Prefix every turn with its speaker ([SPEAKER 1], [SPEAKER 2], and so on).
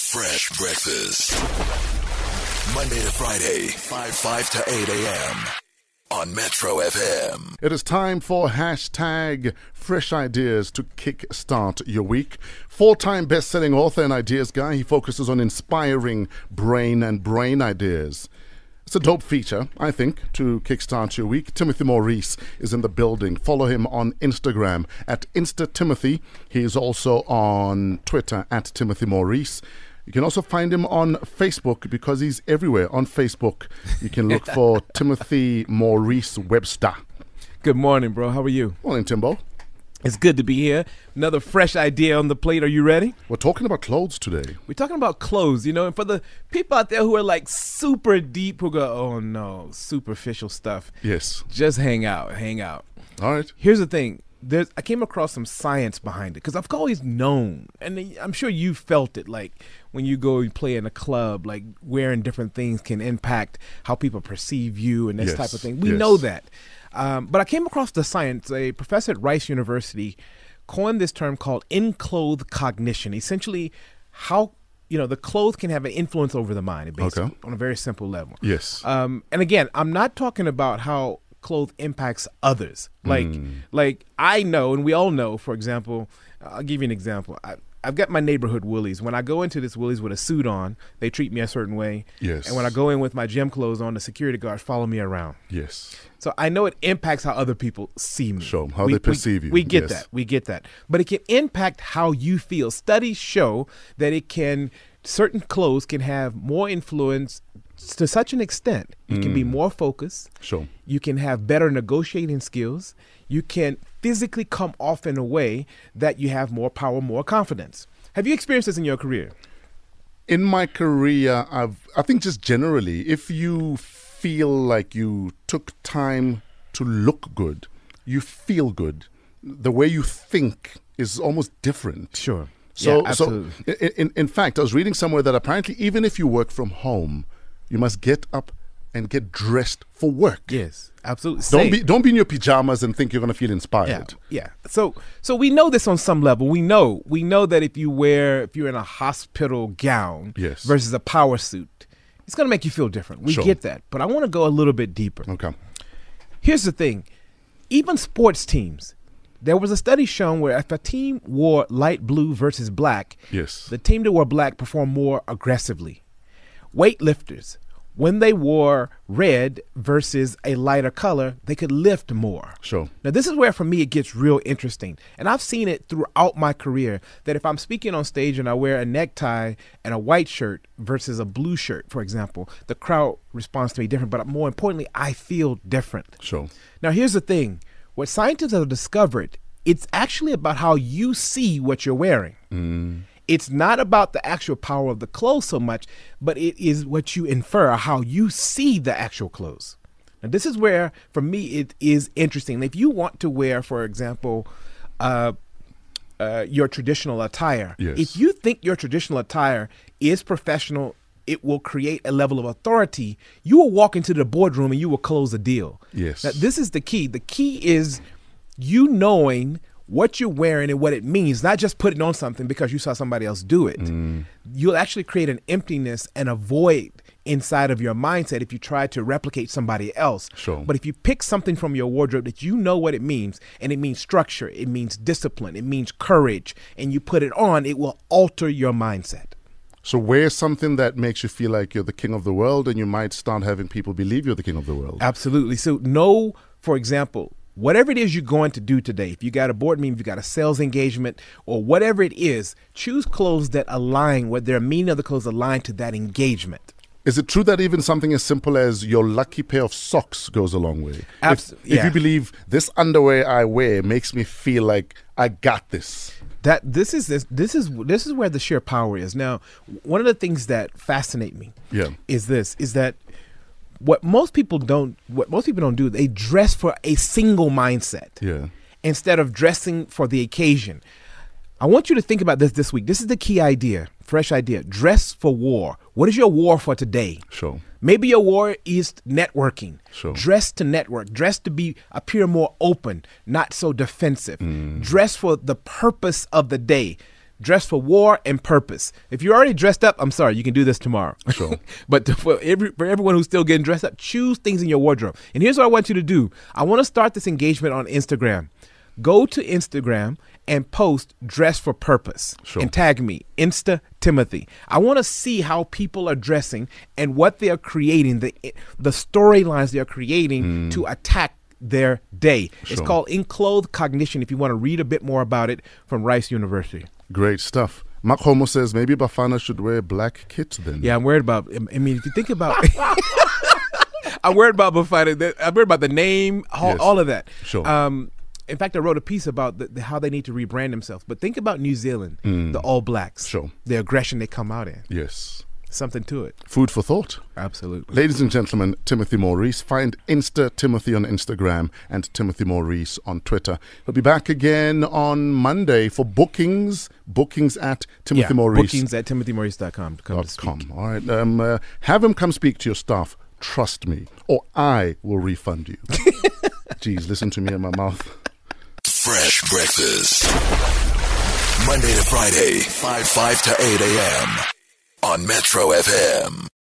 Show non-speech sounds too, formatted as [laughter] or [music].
[SPEAKER 1] Fresh breakfast. Monday to Friday, 5 5 to 8 a.m. on Metro FM.
[SPEAKER 2] It is time for hashtag fresh ideas to kickstart your week. Four time best selling author and ideas guy, he focuses on inspiring brain and brain ideas. It's a dope feature, I think, to kickstart your week. Timothy Maurice is in the building. Follow him on Instagram at InstaTimothy. He is also on Twitter at Timothy Maurice. You can also find him on Facebook because he's everywhere. On Facebook, you can look for Timothy Maurice Webster.
[SPEAKER 3] Good morning, bro. How are you?
[SPEAKER 2] Morning, Timbo.
[SPEAKER 3] It's good to be here. Another fresh idea on the plate. Are you ready?
[SPEAKER 2] We're talking about clothes today.
[SPEAKER 3] We're talking about clothes, you know, and for the people out there who are like super deep who go, oh no, superficial stuff,
[SPEAKER 2] Yes.
[SPEAKER 3] just hang out, hang out.
[SPEAKER 2] All right.
[SPEAKER 3] Here's the thing. There's, I came across some science behind it because I've always known, and I'm sure you felt it. Like when you go and play in a club, like wearing different things can impact how people perceive you and this
[SPEAKER 2] Yes,
[SPEAKER 3] type of thing. We
[SPEAKER 2] yes.
[SPEAKER 3] know that. Um, but I came across the science. A professor at Rice University coined this term called in clothes cognition. Essentially, how you know the clothes can have an influence over the mind, basically,
[SPEAKER 2] Okay.
[SPEAKER 3] on a very simple level.
[SPEAKER 2] Yes.
[SPEAKER 3] Um, and again, I'm not talking about how clothes impacts others. Like,
[SPEAKER 2] Hmm.
[SPEAKER 3] like I know, and we all know. For example, I'll give you an example. I, I've got my neighborhood Woolies. When I go into this Woolies with a suit on, they treat me a certain way.
[SPEAKER 2] Yes.
[SPEAKER 3] And when I go in with my gym clothes on, the security guards follow me around.
[SPEAKER 2] yes.
[SPEAKER 3] So I know it impacts how other people see me.
[SPEAKER 2] Sure, how they perceive you,
[SPEAKER 3] We get
[SPEAKER 2] yes.
[SPEAKER 3] that. We get that. But it can impact how you feel. Studies show that it can certain clothes can have more influence to such an extent. You can be
[SPEAKER 2] Mm.
[SPEAKER 3] more focused.
[SPEAKER 2] Sure.
[SPEAKER 3] You can have better negotiating skills. You can physically come off in a way that you have more power, more confidence. Have you experienced this in your career?
[SPEAKER 2] In my career, I've I think just generally, if you feel like you took time to look good, you feel good. The way you think is almost different.
[SPEAKER 3] Sure.
[SPEAKER 2] So,
[SPEAKER 3] Yeah,
[SPEAKER 2] so
[SPEAKER 3] absolutely.
[SPEAKER 2] in, in, in fact, I was reading somewhere that apparently, even if you work from home, you must get up and get dressed for work.
[SPEAKER 3] Yes, absolutely.
[SPEAKER 2] Don't
[SPEAKER 3] Same.
[SPEAKER 2] be don't be in your pajamas and think you're going to feel inspired.
[SPEAKER 3] Yeah, yeah. So so we know this on some level. We know we know that if you wear if you're in a hospital gown
[SPEAKER 2] Yes.
[SPEAKER 3] versus a power suit, it's going to make you feel different. We
[SPEAKER 2] Sure.
[SPEAKER 3] get that, but I want to go a little bit deeper.
[SPEAKER 2] Okay.
[SPEAKER 3] Here's the thing: even sports teams. There was a study shown where if a team wore light blue versus black,
[SPEAKER 2] Yes.
[SPEAKER 3] the team that wore black performed more aggressively. Weightlifters, when they wore red versus a lighter color, they could lift more.
[SPEAKER 2] Sure.
[SPEAKER 3] Now, this is where for me it gets real interesting. And I've seen it throughout my career that if I'm speaking on stage and I wear a necktie and a white shirt versus a blue shirt, for example, the crowd responds to me different. But more importantly, I feel different.
[SPEAKER 2] Sure.
[SPEAKER 3] Now, here's the thing what scientists have discovered, it's actually about how you see what you're wearing.
[SPEAKER 2] Mm.
[SPEAKER 3] It's not about the actual power of the clothes so much, but it is what you infer, how you see the actual clothes. Now, this is where, for me, it is interesting. If you want to wear, for example, uh, uh, your traditional attire,
[SPEAKER 2] Yes.
[SPEAKER 3] if you think your traditional attire is professional, it will create a level of authority. You will walk into the boardroom and you will close a deal.
[SPEAKER 2] Yes.
[SPEAKER 3] Now, this is the key. The key is you knowing what you're wearing and what it means, not just putting on something because you saw somebody else do it. You'll actually create an emptiness and a void inside of your mindset if you try to replicate somebody else.
[SPEAKER 2] Sure.
[SPEAKER 3] But if you pick something from your wardrobe that you know what it means, and it means structure, it means discipline, it means courage, and you put it on, it will alter your mindset.
[SPEAKER 2] So wear something that makes you feel like you're the king of the world, and you might start having people believe you're the king of the world.
[SPEAKER 3] Absolutely. So know, for example, whatever it is you're going to do today, if you got a board meeting, if you got a sales engagement, or whatever it is, choose clothes that align, what their meaning of the clothes align to that engagement.
[SPEAKER 2] Is it true that even something as simple as your lucky pair of socks goes a long way?
[SPEAKER 3] Abs-
[SPEAKER 2] if, if
[SPEAKER 3] yeah.
[SPEAKER 2] you believe this underwear I wear makes me feel like I got this.
[SPEAKER 3] that this is this this is this is where the sheer power is now one of the things that fascinate me
[SPEAKER 2] Yeah.
[SPEAKER 3] is this is that what most people don't what most people don't do they dress for a single mindset
[SPEAKER 2] Yeah.
[SPEAKER 3] instead of dressing for the occasion i want you to think about this this week this is the key idea fresh idea dress for war what is your war for today
[SPEAKER 2] Sure.
[SPEAKER 3] Maybe your war is networking.
[SPEAKER 2] Sure.
[SPEAKER 3] Dress to network. Dress to be appear
[SPEAKER 2] Mm.
[SPEAKER 3] more open, not so defensive. Dress for the purpose of the day. Dress for war and purpose. If you're already dressed up, I'm sorry, you can do this tomorrow.
[SPEAKER 2] Sure.
[SPEAKER 3] [laughs] but to- for every for everyone who's still getting dressed up, choose things in your wardrobe. And here's what I want you to do. I want to start this engagement on Instagram. Go to Instagram and post dress for purpose
[SPEAKER 2] Sure.
[SPEAKER 3] and tag me Insta Timothy. I want to see how people are dressing and what they are creating, the the storylines they are creating to attack their day. It's
[SPEAKER 2] Mm. Sure.
[SPEAKER 3] called Enclothed Cognition if you want to read a bit more about it from Rice University.
[SPEAKER 2] Great stuff. Mark Homo says maybe Bafana should wear a black kit then.
[SPEAKER 3] Yeah, I'm worried about. I mean, if you think about, [laughs] I'm worried about Buffett. that- I'm worried about the name, all,
[SPEAKER 2] Yes.
[SPEAKER 3] all of that.
[SPEAKER 2] Sure.
[SPEAKER 3] Um, in fact, I wrote a piece about the, the, how they need to rebrand themselves. But think about New Zealand, the All Blacks,
[SPEAKER 2] Mm. Sure.
[SPEAKER 3] the aggression they come out in,
[SPEAKER 2] Yes.
[SPEAKER 3] something to it.
[SPEAKER 2] Food for thought.
[SPEAKER 3] Absolutely.
[SPEAKER 2] Ladies and gentlemen, Timothy Maurice. Find Insta Timothy on Instagram and Timothy Maurice on Twitter. He'll be back again on Monday for bookings. Bookings at Timothy
[SPEAKER 3] yeah.
[SPEAKER 2] Maurice.
[SPEAKER 3] Bookings at timothymaurice.com to come to
[SPEAKER 2] dot
[SPEAKER 3] speak.
[SPEAKER 2] com. All right. Um, uh, have him come speak to your staff. Trust me, or I will refund you. Jeez, listen to me in my mouth.
[SPEAKER 1] Fresh breakfast. Monday to Friday, 5 5 to 8 a.m. on Metro FM.